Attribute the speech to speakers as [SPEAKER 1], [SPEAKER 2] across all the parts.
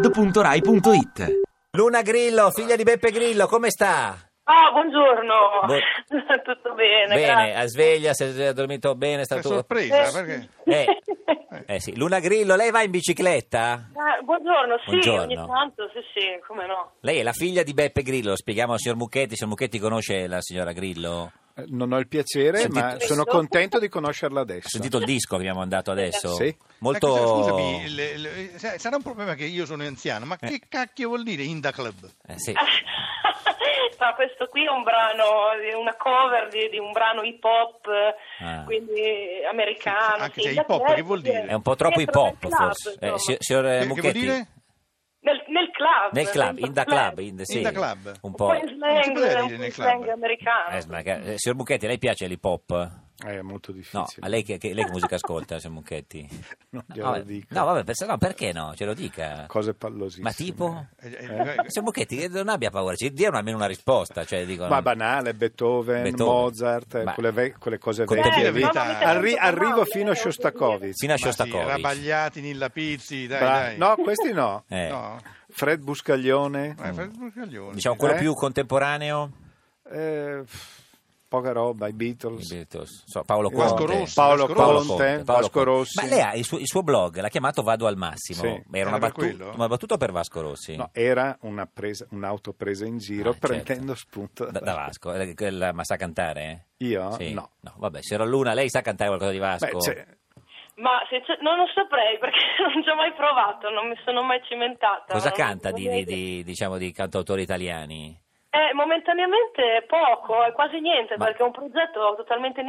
[SPEAKER 1] radio2pod.rai.it
[SPEAKER 2] Luna Grillo, figlia di Beppe Grillo, come sta?
[SPEAKER 3] Ah, buongiorno.
[SPEAKER 2] Bu-
[SPEAKER 3] Tutto bene,
[SPEAKER 2] bene,
[SPEAKER 3] grazie.
[SPEAKER 2] a sveglia, se ha dormito bene, sta
[SPEAKER 4] Che
[SPEAKER 2] tutto...
[SPEAKER 4] sorpresa, perché?
[SPEAKER 2] Eh, eh sì. Luna Grillo, lei va in bicicletta?
[SPEAKER 3] Ah, buongiorno, sì,
[SPEAKER 2] Buongiorno.
[SPEAKER 3] ogni tanto, sì, sì, come no.
[SPEAKER 2] Lei è la figlia di Beppe Grillo, lo spieghiamo al signor Mucchetti, il signor Mucchetti conosce la signora Grillo?
[SPEAKER 4] Eh, Non ho il piacere,
[SPEAKER 2] Sentite-
[SPEAKER 4] ma sono contento di conoscerla adesso.
[SPEAKER 2] Ha sentito il disco che abbiamo mandato adesso?
[SPEAKER 4] Sì.
[SPEAKER 2] Molto...
[SPEAKER 4] Ecco,
[SPEAKER 2] Eh,
[SPEAKER 4] scusami,
[SPEAKER 5] Le- le- sa- sarà un problema che io sono anziano, ma
[SPEAKER 2] Eh.
[SPEAKER 5] che cacchio vuol dire Inda Club?
[SPEAKER 2] sì.
[SPEAKER 3] Ma questo qui è un brano, è una cover di, di un brano hip hop,
[SPEAKER 2] Ah.
[SPEAKER 3] quindi americano.
[SPEAKER 5] Anche
[SPEAKER 3] sì,
[SPEAKER 5] se
[SPEAKER 3] da
[SPEAKER 5] hip hop,
[SPEAKER 3] club,
[SPEAKER 5] che vuol
[SPEAKER 3] sì.
[SPEAKER 5] dire?
[SPEAKER 2] È un po' troppo hip
[SPEAKER 3] Dentro nel
[SPEAKER 2] hop
[SPEAKER 3] club,
[SPEAKER 2] forse. Eh,
[SPEAKER 3] insomma.
[SPEAKER 2] si- signor eh,
[SPEAKER 5] Che- che vuol
[SPEAKER 2] Mucchetti?
[SPEAKER 5] dire?
[SPEAKER 3] nel, nel club.
[SPEAKER 2] Nel club,
[SPEAKER 3] dentro
[SPEAKER 2] in da
[SPEAKER 3] il
[SPEAKER 2] club, in, sì.
[SPEAKER 5] In da club.
[SPEAKER 2] Un
[SPEAKER 3] Un
[SPEAKER 2] po'.
[SPEAKER 3] po' in slang,
[SPEAKER 5] Non si poteva
[SPEAKER 3] è un
[SPEAKER 5] dire
[SPEAKER 3] po' in
[SPEAKER 5] nel
[SPEAKER 3] slang
[SPEAKER 5] club.
[SPEAKER 3] americano.
[SPEAKER 2] Eh, ma che- eh, signor Mucchetti, a lei piace l'hip hop?
[SPEAKER 4] Eh, È molto
[SPEAKER 2] No,
[SPEAKER 4] difficile.
[SPEAKER 2] a lei che, che- lei che musica ascolta, signor Mucchetti?
[SPEAKER 4] Non glielo
[SPEAKER 2] No, vabbè,
[SPEAKER 4] dico.
[SPEAKER 2] no, vabbè, pensa- no, perché no? Ce lo dica.
[SPEAKER 4] Cose pallosissime.
[SPEAKER 2] Ma tipo?
[SPEAKER 5] Eh, eh,
[SPEAKER 2] Ma Signor Mucchetti, che non abbia paura, ci dia una- almeno una risposta. Cioè, dico,
[SPEAKER 4] Ma
[SPEAKER 2] non-
[SPEAKER 4] banale, Beethoven,
[SPEAKER 2] Beethoven.
[SPEAKER 4] Mozart, eh,
[SPEAKER 2] Ma-
[SPEAKER 4] quelle, ve- quelle cose
[SPEAKER 3] Eh,
[SPEAKER 2] Con
[SPEAKER 4] vecchie.
[SPEAKER 2] tutti
[SPEAKER 5] i
[SPEAKER 4] lì.
[SPEAKER 5] verità. Mamma mia,
[SPEAKER 4] Arri-
[SPEAKER 3] tanto
[SPEAKER 4] arrivo
[SPEAKER 3] male,
[SPEAKER 4] fino a
[SPEAKER 3] eh,
[SPEAKER 4] Shostakovich.
[SPEAKER 2] Fino a
[SPEAKER 5] ma sì,
[SPEAKER 2] Shostakovich.
[SPEAKER 5] Rabagliati, Nilla Pizzi, dai,
[SPEAKER 4] Bra-
[SPEAKER 5] dai.
[SPEAKER 4] No, questi no.
[SPEAKER 2] Eh, Mm.
[SPEAKER 5] No?
[SPEAKER 4] Fred Buscaglione,
[SPEAKER 5] Eh, fai il burcaglione.
[SPEAKER 2] Diciamo quello
[SPEAKER 4] Eh?
[SPEAKER 2] più contemporaneo.
[SPEAKER 4] eh, pff, poca roba, i
[SPEAKER 2] i
[SPEAKER 4] Beatles.
[SPEAKER 2] Beatles. So, Paolo Conte.
[SPEAKER 5] Vasco Rossi,
[SPEAKER 4] Paolo
[SPEAKER 5] Vasco
[SPEAKER 4] Conte,
[SPEAKER 5] Rossi.
[SPEAKER 4] Vasco Rossi.
[SPEAKER 2] Ma lei ha il suo, il suo blog, l'ha chiamato Vado al Massimo.
[SPEAKER 4] Sì.
[SPEAKER 2] Era una,
[SPEAKER 5] Era per
[SPEAKER 2] battu-
[SPEAKER 5] quello?
[SPEAKER 2] una battuta per Vasco Rossi.
[SPEAKER 4] No, era una presa, un'auto presa in giro
[SPEAKER 2] Ah, certo.
[SPEAKER 4] prendendo spunto da,
[SPEAKER 2] Da, da Vasco, Eh, quella- ma sa cantare? eh?
[SPEAKER 4] Io?
[SPEAKER 2] Sì.
[SPEAKER 4] No.
[SPEAKER 2] Vabbè, c'era Luna, lei sa cantare qualcosa di Vasco?
[SPEAKER 4] Beh, cioè, c'è-
[SPEAKER 3] Ma se c'è- non lo saprei perché non ci ho mai provato, non mi sono mai cimentata.
[SPEAKER 2] Cosa
[SPEAKER 3] non-
[SPEAKER 2] canta
[SPEAKER 3] non
[SPEAKER 2] di,
[SPEAKER 3] ho
[SPEAKER 2] di-
[SPEAKER 3] idea.
[SPEAKER 2] di- diciamo, di cantautori italiani?
[SPEAKER 3] Eh, momentaneamente è poco, è quasi niente,
[SPEAKER 2] Ma-
[SPEAKER 3] perché è un progetto totalmente in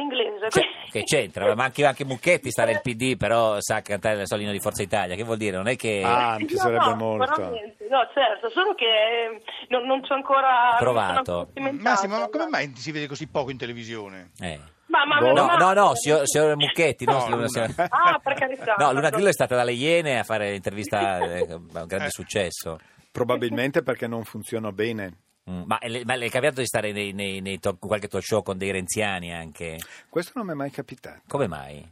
[SPEAKER 2] Cioè,
[SPEAKER 3] inglese. quindi-
[SPEAKER 2] che c'entra? Ma anche, anche Mucchetti sta nel PD, però sa cantare la solina di Forza Italia. Che vuol dire? Non è che...
[SPEAKER 4] Ah, mi
[SPEAKER 3] No,
[SPEAKER 4] piacerebbe
[SPEAKER 3] no,
[SPEAKER 4] molto.
[SPEAKER 3] veramente, No, certo, solo che eh, non, non ci ho ancora
[SPEAKER 2] Provato.
[SPEAKER 3] non sono ancora cimentata.
[SPEAKER 5] Massimo, ma come mai ti si vede così poco in televisione?
[SPEAKER 2] Eh.
[SPEAKER 3] Ma, ma,
[SPEAKER 4] Boh.
[SPEAKER 3] meno
[SPEAKER 2] No,
[SPEAKER 3] male.
[SPEAKER 2] no, no, signor, signor Mucchetti, no,
[SPEAKER 5] No,
[SPEAKER 2] signor-
[SPEAKER 5] Luna.
[SPEAKER 2] signor-
[SPEAKER 3] Ah, per carità.
[SPEAKER 2] No, Luna Grillo è stata dalle Iene a fare l'intervista, eh, ha un grande
[SPEAKER 5] Eh.
[SPEAKER 2] successo.
[SPEAKER 4] probabilmente perché non funziona bene.
[SPEAKER 2] Mm, Ma, le- ma le è capitato di stare nei, nei- nei talk- qualche talk show con dei renziani anche?
[SPEAKER 4] Questo non mi è mai capitato.
[SPEAKER 2] Come mai?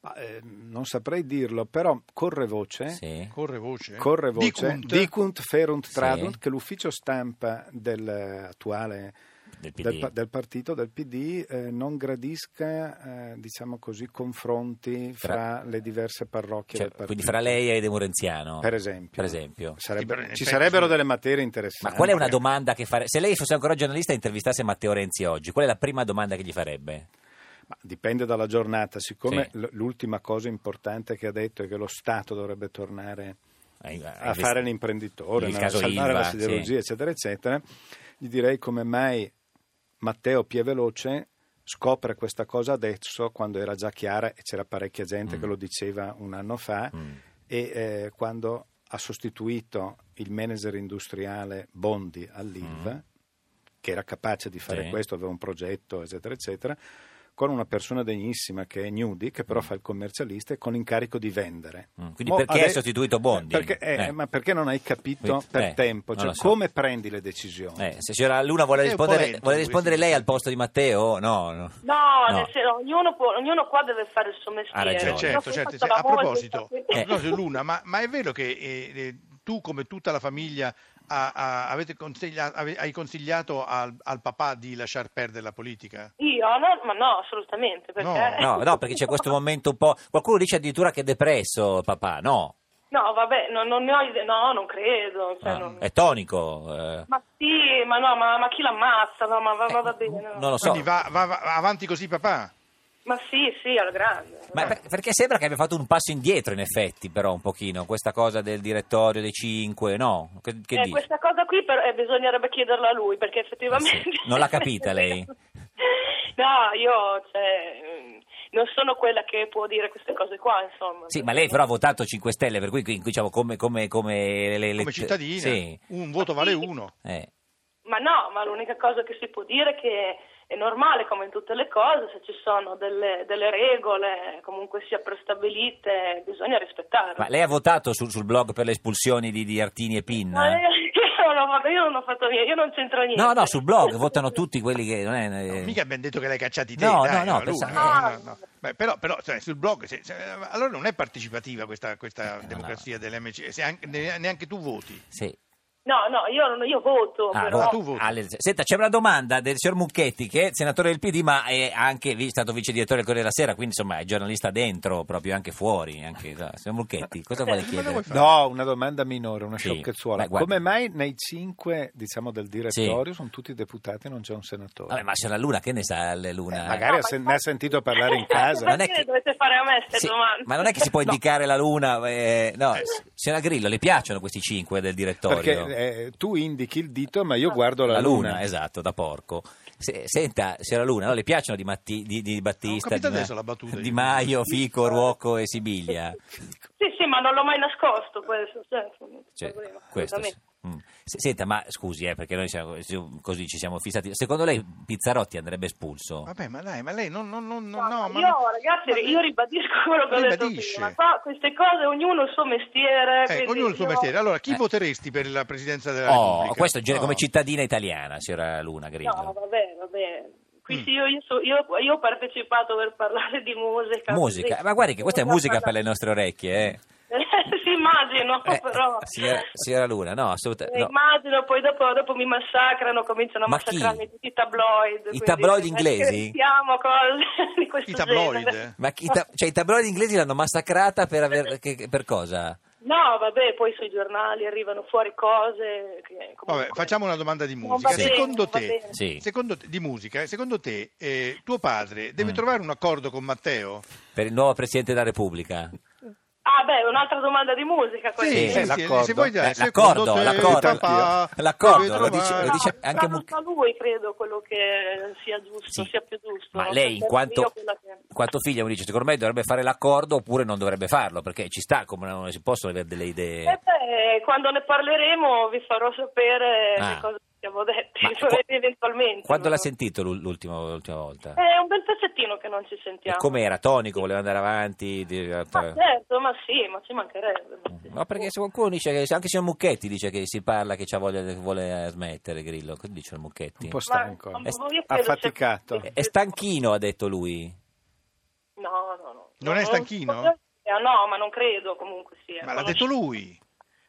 [SPEAKER 4] Ma, eh, non saprei dirlo, però corre voce.
[SPEAKER 2] Sì.
[SPEAKER 5] Corre voce.
[SPEAKER 4] Corre voce,
[SPEAKER 5] Dicunt.
[SPEAKER 4] dicunt ferunt tradunt,
[SPEAKER 2] Sì.
[SPEAKER 4] che l'ufficio stampa dell'attuale
[SPEAKER 2] Del PD.
[SPEAKER 4] del, pa- del partito, del PD, eh, non gradisca, eh, diciamo così, confronti fra, le diverse parrocchie
[SPEAKER 2] Cioè,
[SPEAKER 4] del partito.
[SPEAKER 2] quindi fra lei ed un renziano?
[SPEAKER 4] Per esempio.
[SPEAKER 2] Per esempio.
[SPEAKER 4] Sarebbe-
[SPEAKER 5] Sì, per-
[SPEAKER 4] ci
[SPEAKER 5] per-
[SPEAKER 4] sarebbero
[SPEAKER 5] sì.
[SPEAKER 4] delle materie
[SPEAKER 2] Ma
[SPEAKER 4] interessanti.
[SPEAKER 2] qual è una domanda che fare? Se lei fosse ancora giornalista e intervistasse Matteo Renzi oggi, qual è la prima domanda che gli farebbe?
[SPEAKER 4] Ma dipende dalla giornata, siccome
[SPEAKER 2] Sì.
[SPEAKER 4] l- l'ultima cosa importante che ha detto è che lo Stato dovrebbe tornare
[SPEAKER 2] A, a
[SPEAKER 4] a
[SPEAKER 2] invest-
[SPEAKER 4] fare l'imprenditore,
[SPEAKER 2] Il
[SPEAKER 4] a
[SPEAKER 2] caso
[SPEAKER 4] salvare
[SPEAKER 2] Ilva,
[SPEAKER 4] la siderurgia,
[SPEAKER 2] sì.
[SPEAKER 4] eccetera, eccetera, gli direi come mai Matteo Pieveloce scopre questa cosa adesso, quando era già chiara e c'era parecchia gente
[SPEAKER 2] Mm.
[SPEAKER 4] che lo diceva un anno fa,
[SPEAKER 2] Mm.
[SPEAKER 4] e eh, quando ha sostituito il manager industriale Bondi all'ILVA, che era capace di fare
[SPEAKER 2] Mm. Sì.
[SPEAKER 4] questo, aveva un progetto, eccetera, eccetera, con una persona degnissima che è Nudi, che però fa il commercialista e con l'incarico di vendere.
[SPEAKER 2] Mm, quindi perché hai sostituito Bondi?
[SPEAKER 4] Perché, eh,
[SPEAKER 2] Eh.
[SPEAKER 4] Ma perché non hai capito
[SPEAKER 2] Quindi-
[SPEAKER 4] per
[SPEAKER 2] eh,
[SPEAKER 4] tempo?
[SPEAKER 2] non
[SPEAKER 4] Cioè,
[SPEAKER 2] lo so.
[SPEAKER 4] come prendi le decisioni?
[SPEAKER 2] Eh, se signora Luna vuole
[SPEAKER 5] È un po'
[SPEAKER 2] rispondere,
[SPEAKER 5] lento,
[SPEAKER 2] vuole rispondere
[SPEAKER 5] questo.
[SPEAKER 2] lei al posto di Matteo? No, no.
[SPEAKER 3] No,
[SPEAKER 2] No.
[SPEAKER 3] nel senso, ognuno, può- ognuno qua deve fare il suo mestiere.
[SPEAKER 2] Ha ragione.
[SPEAKER 3] Io
[SPEAKER 5] Eh, certo,
[SPEAKER 3] prima
[SPEAKER 5] certo.
[SPEAKER 3] stavo
[SPEAKER 5] A
[SPEAKER 3] molto-
[SPEAKER 5] proposito,
[SPEAKER 3] Eh,
[SPEAKER 2] Eh.
[SPEAKER 5] a proposito, Luna, ma, ma è vero che eh, eh, tu, come tutta la famiglia, ha- ha- avete consiglia- ave- hai consigliato al, al papà di lasciar perdere la politica?
[SPEAKER 3] Io? No, ma no, assolutamente. Perché...
[SPEAKER 2] No, no, perché c'è questo momento un po'. Qualcuno dice addirittura che è depresso, papà. No,
[SPEAKER 3] No, vabbè, no- non ne ho idea. No, non credo. cioè,
[SPEAKER 2] Ah,
[SPEAKER 3] non-
[SPEAKER 2] è tonico. eh.
[SPEAKER 3] Ma sì, ma no, ma, ma chi l'ammazza? No, ma, ma- ma va bene. no.
[SPEAKER 2] Non lo so.
[SPEAKER 5] Quindi va, va- va avanti così, papà?
[SPEAKER 3] Ma sì, sì, alla grande.
[SPEAKER 2] Ma per- perché sembra che abbia fatto un passo indietro, in effetti, però un pochino, questa cosa del direttorio dei 5, no? Che, che
[SPEAKER 3] Eh,
[SPEAKER 2] dici?
[SPEAKER 3] questa cosa qui però, eh, bisognerebbe chiederla a lui perché effettivamente
[SPEAKER 2] Eh sì, non l'ha capita lei?
[SPEAKER 3] no io cioè, mm, non sono quella che può dire queste cose qua insomma
[SPEAKER 2] Sì, ma lei però ha votato 5 Stelle, per cui qui- diciamo come, come, come le, le-
[SPEAKER 5] Come cittadina,
[SPEAKER 2] Sì.
[SPEAKER 5] un voto vale uno.
[SPEAKER 2] Eh.
[SPEAKER 3] Ma no ma l'unica cosa che si può dire è che è normale come in tutte le cose se ci sono delle, delle regole comunque sia prestabilite bisogna rispettarle
[SPEAKER 2] Ma lei ha votato sul, sul blog per le espulsioni di, di Artini e Pinna?
[SPEAKER 3] Ma- non ho fatto, io non ho fatto niente, io non c'entro niente.
[SPEAKER 2] No, no, sul blog votano tutti quelli che non è...
[SPEAKER 5] No, mica abbiamo detto che l'hai cacciati te,
[SPEAKER 2] Eh. No,
[SPEAKER 5] dai,
[SPEAKER 2] no, no,
[SPEAKER 5] era lui.
[SPEAKER 2] pensavo-
[SPEAKER 3] Ah.
[SPEAKER 5] No, no, no. Beh, però, però, cioè, sul blog, se- se- allora non è partecipativa questa, questa
[SPEAKER 2] Eh, no,
[SPEAKER 5] democrazia dell'MC, se anche- ne- neanche tu voti.
[SPEAKER 2] Sì.
[SPEAKER 3] No, no, io, non- io voto,
[SPEAKER 2] Ah,
[SPEAKER 3] però...
[SPEAKER 2] allora-
[SPEAKER 5] tu voti.
[SPEAKER 2] alle- Senta, c'è una domanda del signor Mucchetti, che è senatore del PD, ma è anche vi- stato vice direttore del Corriere della Sera, quindi insomma è giornalista dentro, proprio anche fuori. Anche, no. Signor Mucchetti, cosa vuole
[SPEAKER 5] Eh, ma
[SPEAKER 2] chiedere?
[SPEAKER 5] vuoi
[SPEAKER 4] No, una domanda minore, una
[SPEAKER 2] Sì.
[SPEAKER 4] sciocchezzuola.
[SPEAKER 2] Beh, guarda.
[SPEAKER 4] Come mai nei cinque, diciamo, del direttorio sono tutti deputati e non c'è un senatore?
[SPEAKER 2] Vabbè, ma c'è la Luna, che ne sa le Luna?
[SPEAKER 4] Eh, magari
[SPEAKER 3] No,
[SPEAKER 4] ha
[SPEAKER 3] ma
[SPEAKER 4] sen-
[SPEAKER 3] infatti-
[SPEAKER 4] ne ha sentito parlare in casa.
[SPEAKER 2] Non è
[SPEAKER 3] Perché
[SPEAKER 2] che-
[SPEAKER 3] dovete fare a me queste
[SPEAKER 2] Sì,
[SPEAKER 3] domande?
[SPEAKER 2] ma non è che si può indicare la Luna, eh, no, s- signora Grillo, le piacciono questi cinque del direttorio?
[SPEAKER 4] Perché eh, tu indichi il dito, ma io guardo la,
[SPEAKER 2] la luna, esatto, da porco. Se- senta, signora Luna, no, le piacciono di, Matti- di- di
[SPEAKER 5] Ho
[SPEAKER 2] Battista,
[SPEAKER 5] capito
[SPEAKER 2] di, Ma-
[SPEAKER 5] adesso la battuta. eh.
[SPEAKER 2] di Maio, Fico, Ruocco e Sibiglia?
[SPEAKER 3] Sì, sì, ma non l'ho mai nascosto questo, cioè,
[SPEAKER 2] Cioè,
[SPEAKER 3] problema,
[SPEAKER 2] questo,
[SPEAKER 3] assolutamente.
[SPEAKER 2] sì. Mm. Se- Senta, ma scusi, eh, perché noi siamo, si- così ci siamo fissati. Secondo lei Pizzarotti andrebbe espulso?
[SPEAKER 5] Vabbè, ma dai, ma lei non... non, non, non-
[SPEAKER 3] No,
[SPEAKER 5] no,
[SPEAKER 3] ma
[SPEAKER 5] ma-
[SPEAKER 3] io ragazzi,
[SPEAKER 5] ma-
[SPEAKER 3] io ribadisco quello che ho detto
[SPEAKER 5] Ribadisce.
[SPEAKER 3] prima. Qua queste cose, ognuno il suo mestiere.
[SPEAKER 5] Eh,
[SPEAKER 3] quindi
[SPEAKER 5] ognuno il suo
[SPEAKER 3] io-
[SPEAKER 5] mestiere. Allora, chi
[SPEAKER 2] Eh.
[SPEAKER 5] voteresti per la presidenza della
[SPEAKER 2] Oh,
[SPEAKER 5] Repubblica?
[SPEAKER 2] questo genere
[SPEAKER 5] No.
[SPEAKER 2] come cittadina italiana, signora Luna Grillo.
[SPEAKER 3] No, vabbè, vabbè. Qui
[SPEAKER 5] Mm.
[SPEAKER 3] sì, io, io so- io- io ho partecipato per parlare di
[SPEAKER 5] cioè,
[SPEAKER 3] musica.
[SPEAKER 2] musica,
[SPEAKER 3] così.
[SPEAKER 2] ma guardi che questa è
[SPEAKER 3] Non
[SPEAKER 2] musica per
[SPEAKER 3] parla-
[SPEAKER 2] le nostre orecchie, eh.
[SPEAKER 3] sì, immagino,
[SPEAKER 2] Eh,
[SPEAKER 3] però.
[SPEAKER 2] signora, signora Luna, no, assolutamente.
[SPEAKER 3] Eh,
[SPEAKER 2] no.
[SPEAKER 3] Immagino, poi dopo, dopo mi massacrano, cominciano a
[SPEAKER 2] Ma chi?
[SPEAKER 3] massacrarmi tutti i tabloid.
[SPEAKER 2] I
[SPEAKER 3] quindi,
[SPEAKER 2] tabloid
[SPEAKER 3] eh,
[SPEAKER 2] inglesi?
[SPEAKER 3] scherziamo, cose di questo
[SPEAKER 5] I tabloid?
[SPEAKER 3] genere.
[SPEAKER 5] eh?
[SPEAKER 2] Ma chi- i ta- cioè, i tabloidi inglesi l'hanno massacrata per, aver- che- che- per cosa?
[SPEAKER 3] No, vabbè, poi sui giornali arrivano fuori cose. Che comunque-
[SPEAKER 5] Vabbè, facciamo una domanda di
[SPEAKER 3] Non
[SPEAKER 5] musica.
[SPEAKER 3] va bene,
[SPEAKER 5] secondo,
[SPEAKER 3] non va
[SPEAKER 5] te,
[SPEAKER 3] bene.
[SPEAKER 2] Sì.
[SPEAKER 5] secondo te- di musica, eh, secondo te, eh, tuo padre
[SPEAKER 2] Mm.
[SPEAKER 5] deve trovare un accordo con Matteo?
[SPEAKER 2] Per il nuovo Presidente della Repubblica?
[SPEAKER 3] Ah, beh, un'altra domanda di musica questa.
[SPEAKER 2] Sì,
[SPEAKER 5] Cioè, se-
[SPEAKER 4] l'accordo.
[SPEAKER 5] se vuoi dire,
[SPEAKER 2] Eh,
[SPEAKER 5] secondo
[SPEAKER 2] l'accordo,
[SPEAKER 5] te,
[SPEAKER 2] l'accordo,
[SPEAKER 5] papà,
[SPEAKER 2] l'accordo,
[SPEAKER 5] deve
[SPEAKER 2] lo dice-
[SPEAKER 5] trovare-
[SPEAKER 2] lo dice- anche
[SPEAKER 3] ma
[SPEAKER 2] Muc-
[SPEAKER 3] lui credo quello che sia giusto,
[SPEAKER 2] Sì.
[SPEAKER 3] sia più giusto.
[SPEAKER 2] Ma
[SPEAKER 3] no?
[SPEAKER 2] lei, in
[SPEAKER 3] Perché io
[SPEAKER 2] quanto,
[SPEAKER 3] quella che-
[SPEAKER 2] in quanto figlia, mi dice, secondo me dovrebbe fare l'accordo oppure non dovrebbe farlo, perché ci sta, come non si possono avere delle
[SPEAKER 3] Eh
[SPEAKER 2] idee.
[SPEAKER 3] beh, quando ne parleremo vi farò sapere
[SPEAKER 2] Ah.
[SPEAKER 3] le cose che siamo detti,
[SPEAKER 2] Ma
[SPEAKER 3] cioè,
[SPEAKER 2] qua-
[SPEAKER 3] eventualmente.
[SPEAKER 2] Quando l'ha
[SPEAKER 3] no? Eh,
[SPEAKER 2] sentito l'ul- l'ultimo- l'ultima volta?
[SPEAKER 3] È un bel pezzettino che non ci sentiamo.
[SPEAKER 2] Com'era? Tonico? Voleva andare avanti? Di- eh,
[SPEAKER 3] Ma certo, ma sì, ma ci mancherebbe. ma sì.
[SPEAKER 2] No, perché se qualcuno dice che anche il signor Mucchetti dice che si parla che c'ha voglia che vuole smettere Grillo, cosa dice il Mucchetti?
[SPEAKER 4] Un po'
[SPEAKER 3] Ma-
[SPEAKER 4] stanco.
[SPEAKER 3] ma
[SPEAKER 2] È-
[SPEAKER 3] io credo
[SPEAKER 4] affaticato.
[SPEAKER 3] sia-
[SPEAKER 2] È stanchino, ha detto lui.
[SPEAKER 3] No, no, no.
[SPEAKER 5] Non
[SPEAKER 3] No,
[SPEAKER 5] è stanchino?
[SPEAKER 3] non- No, ma non credo comunque sia.
[SPEAKER 5] Ma l'ha
[SPEAKER 3] Non lo
[SPEAKER 5] detto lui.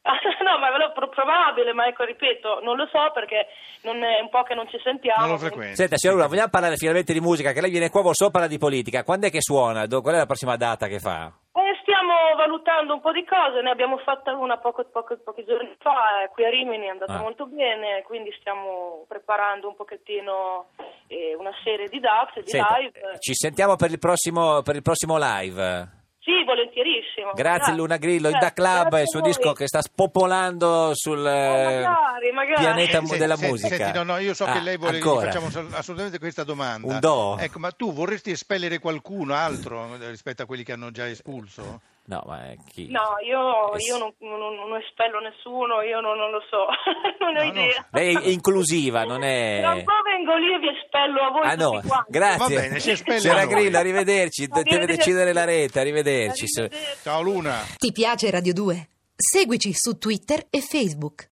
[SPEAKER 3] no, ma ve lo pro- probabile, ma ecco, ripeto, non lo so perché non è un po' che non ci sentiamo.
[SPEAKER 5] Non lo frequenta.
[SPEAKER 2] Senta, signora Luna, vogliamo parlare finalmente di musica? Che lei viene qua, vuol solo parlare di politica. Quando è che suona? Do- Qual è la prossima data che fa?
[SPEAKER 3] Eh, stiamo valutando un po' di cose, ne abbiamo fatta una poco, poco- pochi giorni fa, eh, qui a Rimini è andata
[SPEAKER 2] Ah.
[SPEAKER 3] molto bene, quindi stiamo preparando un pochettino eh, una serie di date, di
[SPEAKER 2] Senta,
[SPEAKER 3] live.
[SPEAKER 2] eh, ci sentiamo per il prossimo, per il prossimo live.
[SPEAKER 3] Sì, volentierissimo.
[SPEAKER 2] Grazie Luna Grillo, il Da
[SPEAKER 3] Certo,
[SPEAKER 2] Club
[SPEAKER 3] grazie
[SPEAKER 2] e il suo
[SPEAKER 3] a voi. Oh,
[SPEAKER 2] disco che sta spopolando sul eh,
[SPEAKER 3] magari, magari.
[SPEAKER 2] pianeta
[SPEAKER 5] Eh,
[SPEAKER 2] mu-
[SPEAKER 5] senti,
[SPEAKER 2] della
[SPEAKER 5] senti,
[SPEAKER 2] musica.
[SPEAKER 5] senti, no, no, io so
[SPEAKER 2] Ah,
[SPEAKER 5] che lei vuole
[SPEAKER 2] ancora.
[SPEAKER 5] facciamo sol- assolutamente questa domanda.
[SPEAKER 2] Un do.
[SPEAKER 5] Ecco, ma tu vorresti espellere qualcuno altro eh, rispetto a quelli che hanno già espulso?
[SPEAKER 2] No, ma eh, chi?
[SPEAKER 3] No, io,
[SPEAKER 2] Eh,
[SPEAKER 3] io
[SPEAKER 2] sì.
[SPEAKER 3] non, non- non espello nessuno, io non, non lo so, non ho
[SPEAKER 5] No, no.
[SPEAKER 3] idea.
[SPEAKER 2] Lei è inclusiva, non è...
[SPEAKER 3] Tra un po' vengo lì e vi espello a voi
[SPEAKER 2] Ah no,
[SPEAKER 3] tutti quanti.
[SPEAKER 2] grazie.
[SPEAKER 5] Va bene, ci espelli
[SPEAKER 2] Signora
[SPEAKER 5] a noi.
[SPEAKER 2] Grillo, arrivederci, de- deve
[SPEAKER 3] Arrivederci.
[SPEAKER 2] decidere la rete, arrivederci.
[SPEAKER 3] Arrivederci.
[SPEAKER 5] Ciao Luna.
[SPEAKER 1] Ti piace Radio 2? Seguici su Twitter e Facebook.